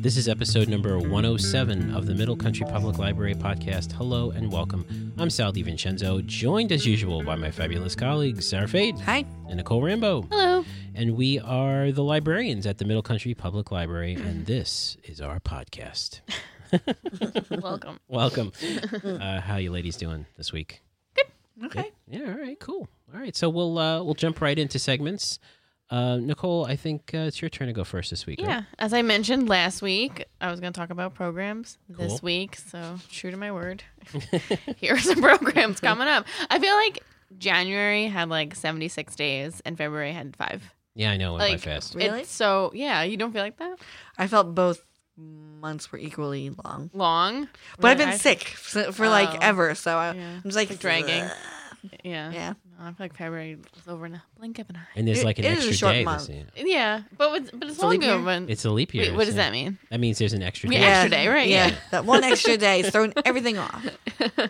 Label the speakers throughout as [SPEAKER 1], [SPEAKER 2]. [SPEAKER 1] This is episode number 107 of the Middle Country Public Library podcast. Hello and welcome. I'm Sal DiVincenzo, joined as usual by my fabulous colleagues, Sarah Fade
[SPEAKER 2] Hi.
[SPEAKER 1] and Nicole Rambo.
[SPEAKER 2] Hello.
[SPEAKER 1] And we are the librarians at the Middle Country Public Library, and this is our podcast.
[SPEAKER 2] Welcome.
[SPEAKER 1] Welcome. Uh, how you ladies doing this week?
[SPEAKER 2] Okay.
[SPEAKER 1] Yeah, all right, cool. All right, so we'll uh, we'll jump right into segments. Uh, Nicole, I think uh, it's your turn to go first this week.
[SPEAKER 2] Yeah. As I mentioned last week, I was going to talk about programs
[SPEAKER 1] Cool.
[SPEAKER 2] this week. So, true to my word, here are some programs coming up. I feel like January had like 76 days and February had five.
[SPEAKER 1] Yeah, I know. It went
[SPEAKER 2] Like,
[SPEAKER 1] by fast.
[SPEAKER 3] Really?
[SPEAKER 2] It's so, yeah, you don't feel like that?
[SPEAKER 3] I felt both months were equally long.
[SPEAKER 2] Long.
[SPEAKER 3] But I've
[SPEAKER 2] Really?
[SPEAKER 3] been
[SPEAKER 2] I-
[SPEAKER 3] sick for, for like
[SPEAKER 2] Oh.
[SPEAKER 3] ever, so I,
[SPEAKER 2] Yeah.
[SPEAKER 3] I'm just like,
[SPEAKER 2] Like dragging.
[SPEAKER 3] "Ugh."
[SPEAKER 2] Yeah.
[SPEAKER 3] Yeah.
[SPEAKER 2] No, I feel like February is over in a blink of an eye.
[SPEAKER 1] And there's
[SPEAKER 3] It-
[SPEAKER 1] like an
[SPEAKER 3] it is a
[SPEAKER 1] extra
[SPEAKER 3] short
[SPEAKER 1] day. This
[SPEAKER 3] month.
[SPEAKER 1] year.
[SPEAKER 2] Yeah. But, with, but it's
[SPEAKER 3] It's a leap
[SPEAKER 2] long
[SPEAKER 3] year?
[SPEAKER 2] over. and-
[SPEAKER 1] It's a leap year.
[SPEAKER 2] Wait, what
[SPEAKER 1] so
[SPEAKER 2] does that mean?
[SPEAKER 1] That means there's an extra day.
[SPEAKER 2] Yeah. Extra day, right? Yeah.
[SPEAKER 3] That one extra day is throwing everything off.
[SPEAKER 2] All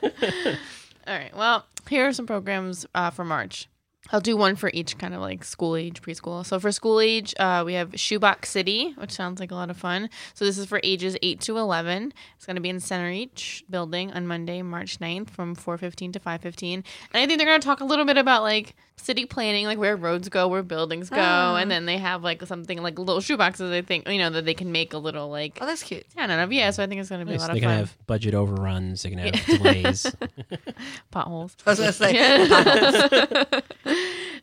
[SPEAKER 2] right. Well, here are some programs uh, for March. I'll do one for each kind of like school age, preschool. So for school age, uh, we have Shoebox City, which sounds like a lot of fun. So this is for ages 8 to 11. It's going to be in Center Reach building on Monday, March 9th from 4.15 to 5.15. And I think they're going to talk a little bit about like city planning, like where roads go, where buildings go.
[SPEAKER 1] Ah.
[SPEAKER 2] And then they have like something like little shoeboxes, I think, you know, that they can make a little like,
[SPEAKER 3] Oh, that's cute.
[SPEAKER 2] I don't know. Yeah, so I think it's going to be
[SPEAKER 1] Uh. Nice.
[SPEAKER 2] a lot
[SPEAKER 1] They're
[SPEAKER 2] of
[SPEAKER 1] gonna
[SPEAKER 2] fun.
[SPEAKER 1] have budget overruns. They're gonna have delays.
[SPEAKER 2] Potholes.
[SPEAKER 3] I was gonna say,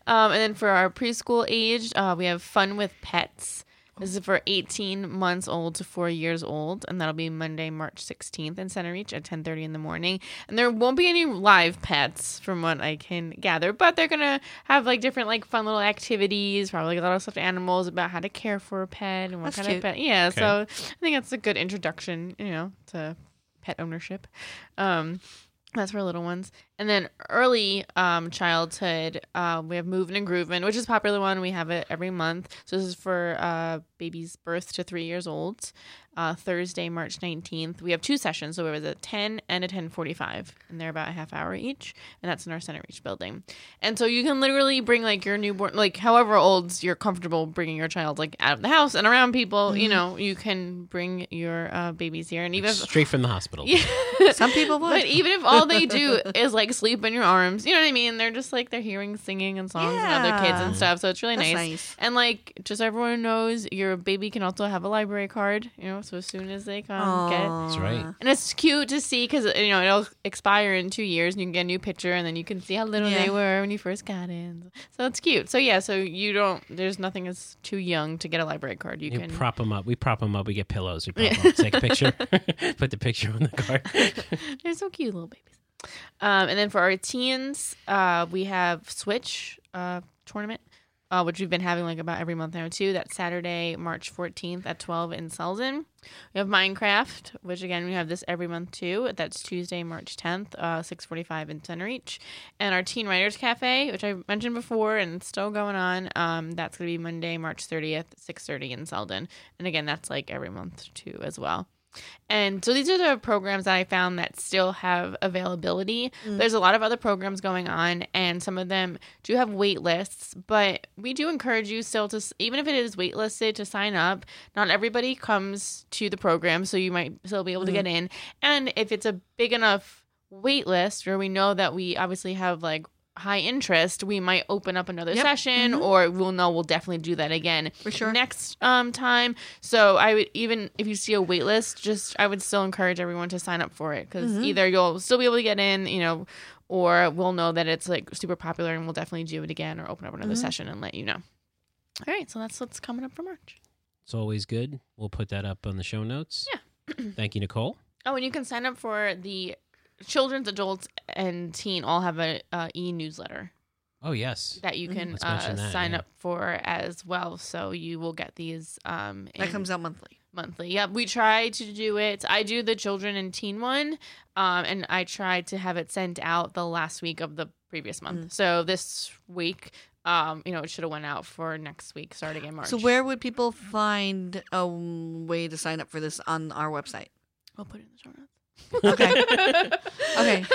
[SPEAKER 2] Um, and then for our preschool age, uh, we have fun with pets. This is for 18 months old to four years old, and that'll be Monday, March 16th in Center Reach at 10:30 in the morning. And there won't be any live pets, from what I can gather, but they're gonna have like different like fun little activities, probably a lot of stuffed animals about how to care for a pet and what
[SPEAKER 3] That's
[SPEAKER 2] kind of
[SPEAKER 3] cute.
[SPEAKER 2] pet. Yeah, so I think that's a good introduction, you know, to pet ownership. Um, that's for little ones. And then early um, childhood, uh, we have Moving and Grooving, which is a popular one. We have it every month. So this is for uh, babies birth to three years old. Uh, Thursday, March 19th. We have two sessions. So it was a 10 and a 1045. And they're about a half hour each. And that's in our Center Reach building. And so you can literally bring like your newborn, like however old you're comfortable bringing your child like out of the house and around people, you know, you can bring your uh, babies here. And even if
[SPEAKER 1] Straight from the hospital.
[SPEAKER 3] some people would.
[SPEAKER 2] but even if all they do is like sleep in your arms, you know what I mean? They're just like they're hearing singing and songs and other kids and
[SPEAKER 3] Yeah.
[SPEAKER 2] stuff. So it's really
[SPEAKER 3] That's
[SPEAKER 2] nice.
[SPEAKER 3] nice.
[SPEAKER 2] And like just so everyone knows, your baby can also have a library card. You know, so as soon as they come Um, get.
[SPEAKER 1] That's right.
[SPEAKER 2] And it's cute to see because you know it'll expire in two years, and you can get a new picture, and then you can see how little they
[SPEAKER 3] Yeah.
[SPEAKER 2] were when you first got in. So it's cute. So yeah, so you don't. There's nothing is too young to get a library card. You
[SPEAKER 1] You
[SPEAKER 2] can
[SPEAKER 1] prop them up. We prop them up. We get pillows. We prop 'em up. Take a picture. Put the picture on the card.
[SPEAKER 2] They're so cute, little babies. Um, and then for our teens, uh, we have Switch uh, tournament, uh, which we've been having like about every month now too. That's Saturday, March 14th at 12 in Selden. We have Minecraft, which again we have this every month too. That's Tuesday, March 10th, uh, 6:45 in Center Reach. And our Teen Writers Cafe, which I mentioned before and it's still going on. Um, that's gonna be Monday, March 30th, 6:30 in Selden. And again, that's like every month too as well. And so these are the programs that I found that still have availability. There's a lot of other programs going on, and some of them do have wait lists, but we do encourage you still to, s- even if it is waitlisted, to sign up. Not everybody comes to the program, so you might still be able to get in. And if it's a big enough wait list where we know that we obviously have like high interest, we might open up another
[SPEAKER 3] Yep.
[SPEAKER 2] session or we'll know we'll definitely do that again
[SPEAKER 3] For sure.
[SPEAKER 2] next um time. So I would even if you see a wait list, just I would still encourage everyone to sign up for it because either you'll still be able to get in, you know, or we'll know that it's like super popular and we'll definitely do it again or open up another session and let you know. All right, so that's what's coming up for March.
[SPEAKER 1] It's always good. We'll put that up on the show notes. Yeah. Thank you, Nicole.
[SPEAKER 2] Oh, and you can sign up for the children's, adults, and teen all have a uh, e newsletter
[SPEAKER 1] Oh yes.
[SPEAKER 2] that you can
[SPEAKER 1] Let's mention
[SPEAKER 2] uh,
[SPEAKER 1] that,
[SPEAKER 2] sign
[SPEAKER 1] yeah.
[SPEAKER 2] up for as well. So you will get these. Um,
[SPEAKER 3] That
[SPEAKER 2] in-
[SPEAKER 3] comes out monthly.
[SPEAKER 2] monthly. Yep, we try to do it. I do the children and teen one, um, and I try to have it sent out the last week of the previous month.
[SPEAKER 3] Mm.
[SPEAKER 2] So this week, um, you know, it should have went out for next week, starting in March.
[SPEAKER 3] So where would people find a way to sign up for this on our website?
[SPEAKER 2] I'll put it in the show notes.
[SPEAKER 3] Okay. okay.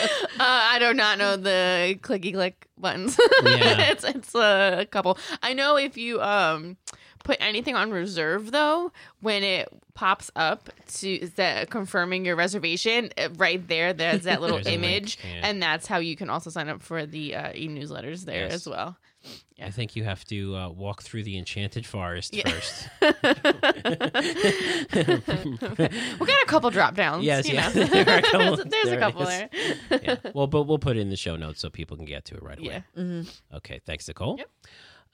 [SPEAKER 2] uh, I do not know the clicky click buttons.
[SPEAKER 1] Yeah.
[SPEAKER 2] it's it's a couple. I know if you um put anything on reserve though, when it pops up to that confirming your reservation, uh, right there there's that little
[SPEAKER 1] There's a link,
[SPEAKER 2] image,
[SPEAKER 1] yeah.
[SPEAKER 2] and that's how you can also sign up for the uh, e-newsletters there
[SPEAKER 1] Yes.
[SPEAKER 2] as well.
[SPEAKER 1] I think you have to uh, walk through the enchanted forest
[SPEAKER 2] Yeah.
[SPEAKER 1] first.
[SPEAKER 2] We got a couple drop downs.
[SPEAKER 1] Yes,
[SPEAKER 2] you
[SPEAKER 1] yeah.
[SPEAKER 2] know.
[SPEAKER 1] There are a couple-
[SPEAKER 2] there's
[SPEAKER 1] there
[SPEAKER 2] a
[SPEAKER 1] it
[SPEAKER 2] couple
[SPEAKER 1] is.
[SPEAKER 2] there.
[SPEAKER 1] yeah. Well, but we'll put it in the show notes so people can get to it right away.
[SPEAKER 2] Yeah.
[SPEAKER 3] hmm
[SPEAKER 1] Okay. Thanks, Nicole.
[SPEAKER 2] Yep.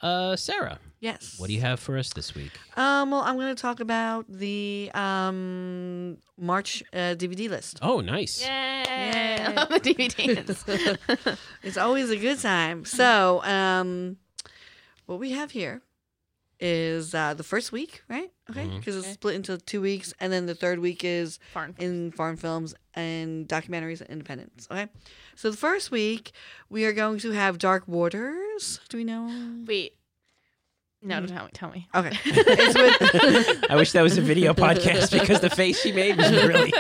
[SPEAKER 1] Uh, Sarah,
[SPEAKER 3] Yes.
[SPEAKER 1] what do you have for us this week?
[SPEAKER 3] Um, well, I'm going to talk about the um, March uh, DVD list.
[SPEAKER 1] Oh, nice.
[SPEAKER 2] Yay!
[SPEAKER 3] Yay.
[SPEAKER 2] On the DVD.
[SPEAKER 3] It's always a good time. So, um, what we have here is uh, the first week, right? Okay,
[SPEAKER 1] Mhm.
[SPEAKER 3] because
[SPEAKER 2] Mm-hmm. Okay.
[SPEAKER 3] it's split into two weeks, and then the third week is
[SPEAKER 2] Farm.
[SPEAKER 3] in foreign films and documentaries and independence. Okay, so the first week we are going to have Dark Waters. Do we know?
[SPEAKER 2] Wait. No, don't tell me. Tell me.
[SPEAKER 3] Okay, it's with
[SPEAKER 1] I wish that was a video podcast because the face she made was really.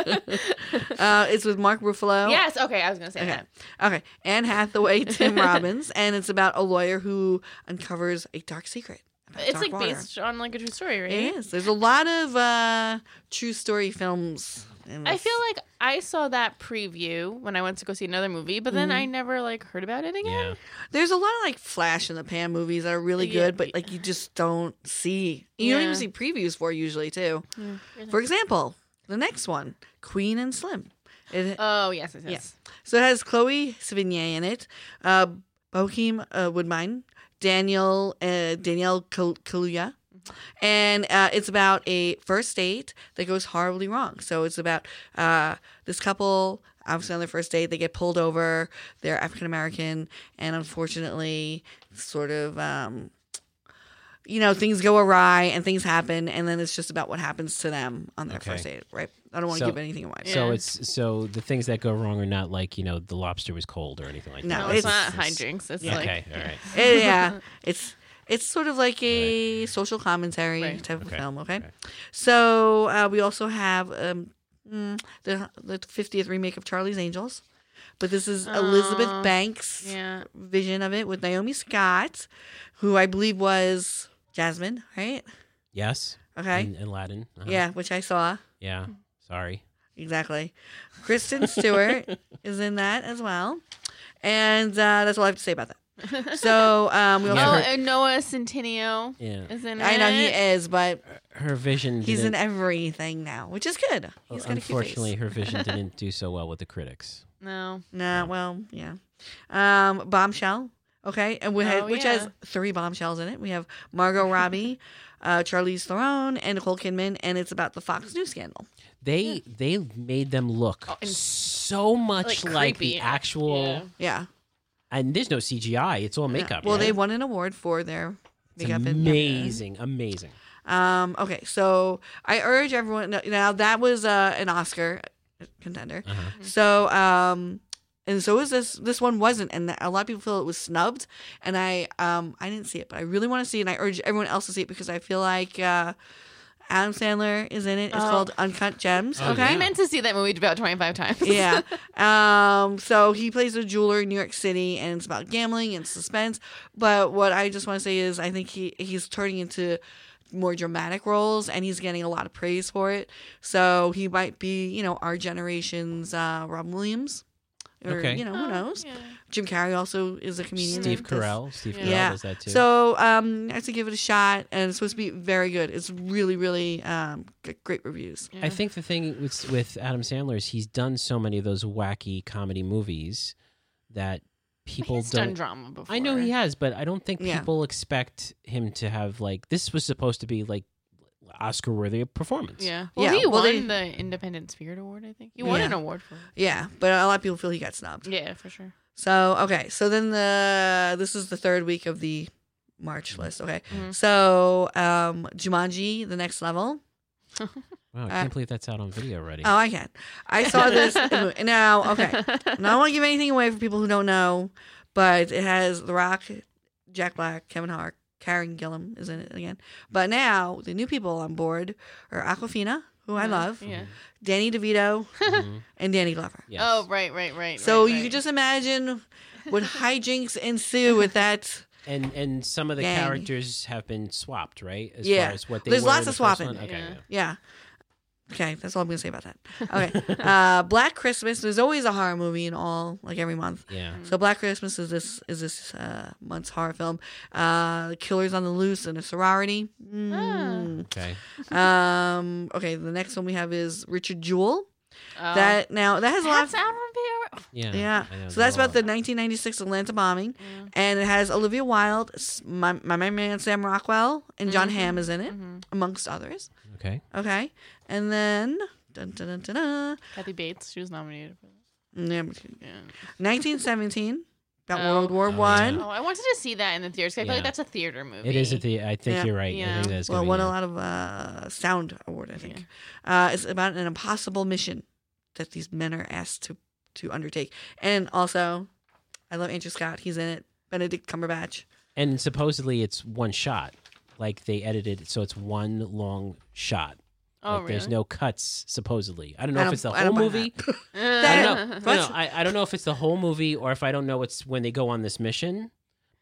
[SPEAKER 3] uh, it's with Mark Ruffalo.
[SPEAKER 2] Yes. Okay. I was gonna say
[SPEAKER 3] Okay.
[SPEAKER 2] that.
[SPEAKER 3] Okay. Anne Hathaway, Tim Robbins, and it's about a lawyer who uncovers a dark secret. about
[SPEAKER 2] It's
[SPEAKER 3] dark
[SPEAKER 2] like
[SPEAKER 3] water.
[SPEAKER 2] based on like a true story, right?
[SPEAKER 3] It is. There's a lot of uh, true story films. In
[SPEAKER 2] I
[SPEAKER 3] this.
[SPEAKER 2] feel like I saw that preview when I went to go see another movie, but then I
[SPEAKER 3] Mm-hmm.
[SPEAKER 2] never like heard about it
[SPEAKER 1] Yeah.
[SPEAKER 2] again.
[SPEAKER 3] there's a lot of like flash in the pan movies that are really
[SPEAKER 2] Yeah.
[SPEAKER 3] good, but like you just don't see. You don't
[SPEAKER 2] Yeah.
[SPEAKER 3] even see previews for usually too.
[SPEAKER 2] Yeah.
[SPEAKER 3] For example, the next one, Queen and Slim. It,
[SPEAKER 2] Oh yes, yes, yes.
[SPEAKER 3] so it has Chloe Sevigny in it, uh, Boheem uh, Woodmine, Daniel uh, Danielle Kal- Kaluuya,
[SPEAKER 1] Mm-hmm.
[SPEAKER 3] and uh, it's about a first date that goes horribly wrong. So it's about uh, this couple. Obviously, on their first date, they get pulled over. They're African American, and unfortunately, sort of, um, you know, things go awry and things happen, and then it's just about what happens to them on their
[SPEAKER 1] Okay.
[SPEAKER 3] first date, right? I don't want to
[SPEAKER 1] So-
[SPEAKER 3] give anything away.
[SPEAKER 1] So
[SPEAKER 2] Yeah.
[SPEAKER 1] it's so the things that go wrong are not like you know the lobster was cold or anything like
[SPEAKER 3] No,
[SPEAKER 1] that.
[SPEAKER 2] No, it's,
[SPEAKER 3] it's-
[SPEAKER 2] not high drinks. It's like
[SPEAKER 1] okay, all right.
[SPEAKER 3] Eh, yeah, it's it's sort of like a social commentary
[SPEAKER 2] Right.
[SPEAKER 3] type of
[SPEAKER 1] Okay.
[SPEAKER 3] film. Okay,
[SPEAKER 1] Okay.
[SPEAKER 3] so uh, we also have um, mm, the the fiftieth remake of Charlie's Angels, but this is
[SPEAKER 2] Oh,
[SPEAKER 3] Elizabeth Banks'
[SPEAKER 2] yeah.
[SPEAKER 3] vision of it with Naomi Scott, who I believe was Jasmine, right?
[SPEAKER 1] Yes,
[SPEAKER 3] Okay,
[SPEAKER 1] in, in Latin. Uh-huh.
[SPEAKER 3] yeah, which I saw
[SPEAKER 1] yeah. Sorry.
[SPEAKER 3] exactly. Kristen Stewart is in that as well, and uh, that's all I have to say about that. So um, we also.
[SPEAKER 2] Oh,
[SPEAKER 1] Yeah.
[SPEAKER 2] and Noah Centineo
[SPEAKER 1] Yeah,
[SPEAKER 2] is in it.
[SPEAKER 3] I know he is, but
[SPEAKER 1] her vision.
[SPEAKER 3] He's in
[SPEAKER 1] didn't-
[SPEAKER 3] everything now, which is good. He's got a cute
[SPEAKER 1] unfortunately,
[SPEAKER 3] face.
[SPEAKER 1] her vision didn't do so well with the critics.
[SPEAKER 2] No.
[SPEAKER 3] Nah, well, yeah. Um, bombshell. Okay, and we had,
[SPEAKER 2] Oh,
[SPEAKER 3] which
[SPEAKER 2] yeah.
[SPEAKER 3] has three bombshells in it. We have Margot Robbie, uh, Charlize Theron, and Nicole Kidman, and it's about the Fox News scandal.
[SPEAKER 1] They they made them look
[SPEAKER 2] Oh, and-
[SPEAKER 1] so much like,
[SPEAKER 2] like,
[SPEAKER 1] the
[SPEAKER 2] creepy.
[SPEAKER 1] actual,
[SPEAKER 2] Yeah.
[SPEAKER 3] Yeah.
[SPEAKER 1] and there's no CGI. It's all
[SPEAKER 3] Yeah.
[SPEAKER 1] makeup.
[SPEAKER 3] Well, they
[SPEAKER 1] right?
[SPEAKER 3] won an award for their
[SPEAKER 1] It's
[SPEAKER 3] makeup and
[SPEAKER 1] amazing, amazing.
[SPEAKER 3] Um, okay, so I urge everyone. no- Now that was uh, an Oscar contender,
[SPEAKER 1] Uh-huh.
[SPEAKER 3] so um, and so is this. This one wasn't, and a lot of people feel it was snubbed. And I um, I didn't see it, but I really want to see it. And I urge everyone else to see it because I feel like uh, Adam Sandler is in it. It's
[SPEAKER 2] Oh.
[SPEAKER 3] called Uncut Gems.
[SPEAKER 1] Oh,
[SPEAKER 3] okay.
[SPEAKER 2] I
[SPEAKER 1] yeah.
[SPEAKER 2] meant to see that movie about twenty five times.
[SPEAKER 3] yeah. Um, so he plays a jeweler in New York City, and it's about gambling and suspense. But what I just want to say is, I think he he's turning into more dramatic roles, and he's getting a lot of praise for it. So he might be, you know, our generation's uh, Robin Williams, or
[SPEAKER 1] Okay.
[SPEAKER 3] you know,
[SPEAKER 2] Oh,
[SPEAKER 3] who knows?
[SPEAKER 2] yeah.
[SPEAKER 3] Jim Carrey also is a comedian.
[SPEAKER 1] Steve
[SPEAKER 3] This-
[SPEAKER 1] Carell, Steve Carell
[SPEAKER 3] Yeah.
[SPEAKER 1] does that too.
[SPEAKER 3] So um, I have to give it a shot, and it's supposed to be very good. It's really, really um, g- great reviews.
[SPEAKER 1] I think the thing with with Adam Sandler is he's done so many of those wacky comedy movies that people
[SPEAKER 2] He's
[SPEAKER 1] don't.
[SPEAKER 2] done drama before.
[SPEAKER 1] I know he has, but I don't think
[SPEAKER 3] Yeah.
[SPEAKER 1] people expect him to have like this was supposed to be like Oscar worthy performance.
[SPEAKER 2] Yeah. Well,
[SPEAKER 3] Yeah,
[SPEAKER 2] he
[SPEAKER 3] well,
[SPEAKER 2] won
[SPEAKER 3] they-
[SPEAKER 2] the Independent Spirit Award, I think. He won
[SPEAKER 3] Yeah.
[SPEAKER 2] an award for it.
[SPEAKER 3] Yeah, but a lot of people feel he got snubbed.
[SPEAKER 2] Yeah, for sure.
[SPEAKER 3] So okay, so then the this is the third week of the March list. Okay,
[SPEAKER 2] Mhm.
[SPEAKER 3] so um, Jumanji: The Next Level.
[SPEAKER 1] Wow, I
[SPEAKER 3] Uh,
[SPEAKER 1] can't believe that's out on video already.
[SPEAKER 3] Oh, I can. I saw this in- now. Okay, now I won't give anything away for people who don't know, but it has The Rock, Jack Black, Kevin Hart, Karen Gillum is in it again. But now the new people on board are Aquafina, who
[SPEAKER 2] Mm-hmm.
[SPEAKER 3] I love,
[SPEAKER 2] Yeah.
[SPEAKER 3] Danny DeVito,
[SPEAKER 1] Mhm.
[SPEAKER 3] and Danny Glover.
[SPEAKER 1] Mm-hmm. Yes.
[SPEAKER 2] Oh, right, right, right.
[SPEAKER 3] So
[SPEAKER 2] right,
[SPEAKER 3] you
[SPEAKER 2] right.
[SPEAKER 3] can just imagine what hijinks ensue with that.
[SPEAKER 1] and and some of the
[SPEAKER 3] Gang.
[SPEAKER 1] characters have been swapped, right? As
[SPEAKER 3] Yeah.
[SPEAKER 1] far as what they
[SPEAKER 3] There's
[SPEAKER 1] were in
[SPEAKER 3] lots
[SPEAKER 1] the
[SPEAKER 3] of
[SPEAKER 1] first
[SPEAKER 3] swapping.
[SPEAKER 1] one? Okay.
[SPEAKER 2] Yeah.
[SPEAKER 1] yeah.
[SPEAKER 3] Yeah. Okay, that's all I'm gonna say about that. Okay, uh, Black Christmas. There's always a horror movie in all, like every month.
[SPEAKER 1] Yeah.
[SPEAKER 3] So Black Christmas is this is this uh, month's horror film. Uh, killers on the loose and a sorority. Mm.
[SPEAKER 1] Okay.
[SPEAKER 3] Um, okay, the next one we have is Richard Jewell.
[SPEAKER 2] Oh.
[SPEAKER 3] That now that has a lot.
[SPEAKER 2] that's
[SPEAKER 3] Of,
[SPEAKER 2] Alan Pierre.
[SPEAKER 1] Yeah.
[SPEAKER 3] yeah.
[SPEAKER 1] I know,
[SPEAKER 3] So that's
[SPEAKER 1] they're
[SPEAKER 3] about the 1996 Atlanta bombing,
[SPEAKER 2] Mm.
[SPEAKER 3] and it has Olivia Wilde, S- my my main man Sam Rockwell, and John
[SPEAKER 2] Mhm.
[SPEAKER 3] Hamm is in it,
[SPEAKER 2] Mhm.
[SPEAKER 3] amongst others.
[SPEAKER 1] all- Okay.
[SPEAKER 3] Okay, and then. Dun, dun, dun, dun, dun.
[SPEAKER 2] Kathy Bates. She was nominated for that.
[SPEAKER 3] Yeah,
[SPEAKER 2] Yeah.
[SPEAKER 3] 1917 about
[SPEAKER 2] Oh.
[SPEAKER 3] World War
[SPEAKER 1] Oh, yeah.
[SPEAKER 3] One.
[SPEAKER 2] Oh, I wanted to see that in the theaters. 'cause I feel
[SPEAKER 1] Yeah.
[SPEAKER 2] like that's a theater movie.
[SPEAKER 1] It is at the. I think
[SPEAKER 3] Yeah.
[SPEAKER 1] you're right. I
[SPEAKER 2] Yeah.
[SPEAKER 1] think that's
[SPEAKER 3] Well, it
[SPEAKER 1] gonna
[SPEAKER 3] won
[SPEAKER 1] be
[SPEAKER 3] a
[SPEAKER 1] it.
[SPEAKER 3] lot of uh, sound award, I think. Uh, it's about an impossible mission that these men are asked to to undertake, and also, I love Andrew Scott. He's in it. Benedict Cumberbatch.
[SPEAKER 1] And supposedly it's one shot. Like they edited it so it's one long shot.
[SPEAKER 2] Oh,
[SPEAKER 1] like there's
[SPEAKER 2] really?
[SPEAKER 1] no cuts, supposedly. I don't know
[SPEAKER 3] I
[SPEAKER 1] if
[SPEAKER 3] don't-
[SPEAKER 1] it's the
[SPEAKER 3] I
[SPEAKER 1] whole
[SPEAKER 3] don't buy
[SPEAKER 1] movie.
[SPEAKER 3] that.
[SPEAKER 1] I
[SPEAKER 3] That-
[SPEAKER 1] don't know. No, no,
[SPEAKER 3] That's-
[SPEAKER 1] I, I don't know if it's the whole movie or if I don't know it's when they go on this mission.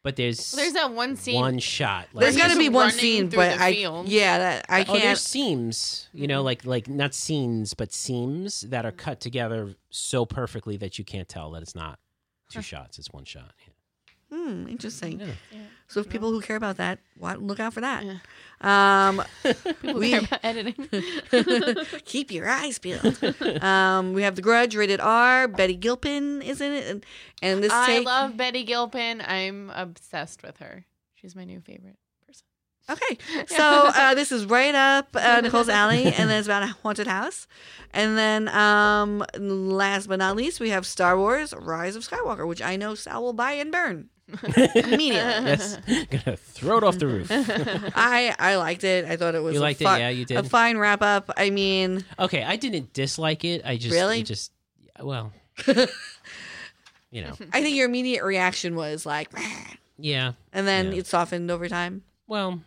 [SPEAKER 1] But there's
[SPEAKER 2] There's that one scene.
[SPEAKER 1] one shot. Like,
[SPEAKER 3] There's
[SPEAKER 2] He's
[SPEAKER 3] got to be one
[SPEAKER 2] running
[SPEAKER 3] scene,
[SPEAKER 2] through
[SPEAKER 3] but
[SPEAKER 2] the
[SPEAKER 3] I
[SPEAKER 2] field.
[SPEAKER 3] yeah, that, I
[SPEAKER 1] Oh, there's
[SPEAKER 3] can't. Mm-hmm.
[SPEAKER 1] seams, you know, like like not scenes, but seams that are cut together so perfectly that you can't tell that it's not two shots; it's one shot.
[SPEAKER 3] Hmm, interesting.
[SPEAKER 1] Yeah.
[SPEAKER 3] So, if people who care about that, what, look out for that.
[SPEAKER 2] Yeah.
[SPEAKER 3] Um,
[SPEAKER 2] People
[SPEAKER 3] We-
[SPEAKER 2] care about editing.
[SPEAKER 3] Keep your eyes peeled. um, we have The Grudge, rated R. Betty Gilpin is in it, and, and this
[SPEAKER 2] I
[SPEAKER 3] take.
[SPEAKER 2] love Betty Gilpin. I'm obsessed with her. She's my new favorite person.
[SPEAKER 3] okay, so uh, this is right up uh, Nicole's alley, and then it's about a haunted house, and then um, last but not least, we have Star Wars: Rise of Skywalker, which I know Sal will buy and burn immediately.
[SPEAKER 1] Yes, gonna throw it off the roof.
[SPEAKER 3] uh, I I liked it. I thought it was
[SPEAKER 1] You
[SPEAKER 3] a
[SPEAKER 1] liked it,
[SPEAKER 3] fi-
[SPEAKER 1] yeah, you did.
[SPEAKER 3] a fine wrap up. I mean,
[SPEAKER 1] okay, I didn't dislike it. I just
[SPEAKER 3] Really?
[SPEAKER 1] it just well, you know,
[SPEAKER 3] I think your immediate reaction was like, "Meh,"
[SPEAKER 1] yeah.
[SPEAKER 3] and then
[SPEAKER 1] Yeah.
[SPEAKER 3] it softened over time.
[SPEAKER 1] Well,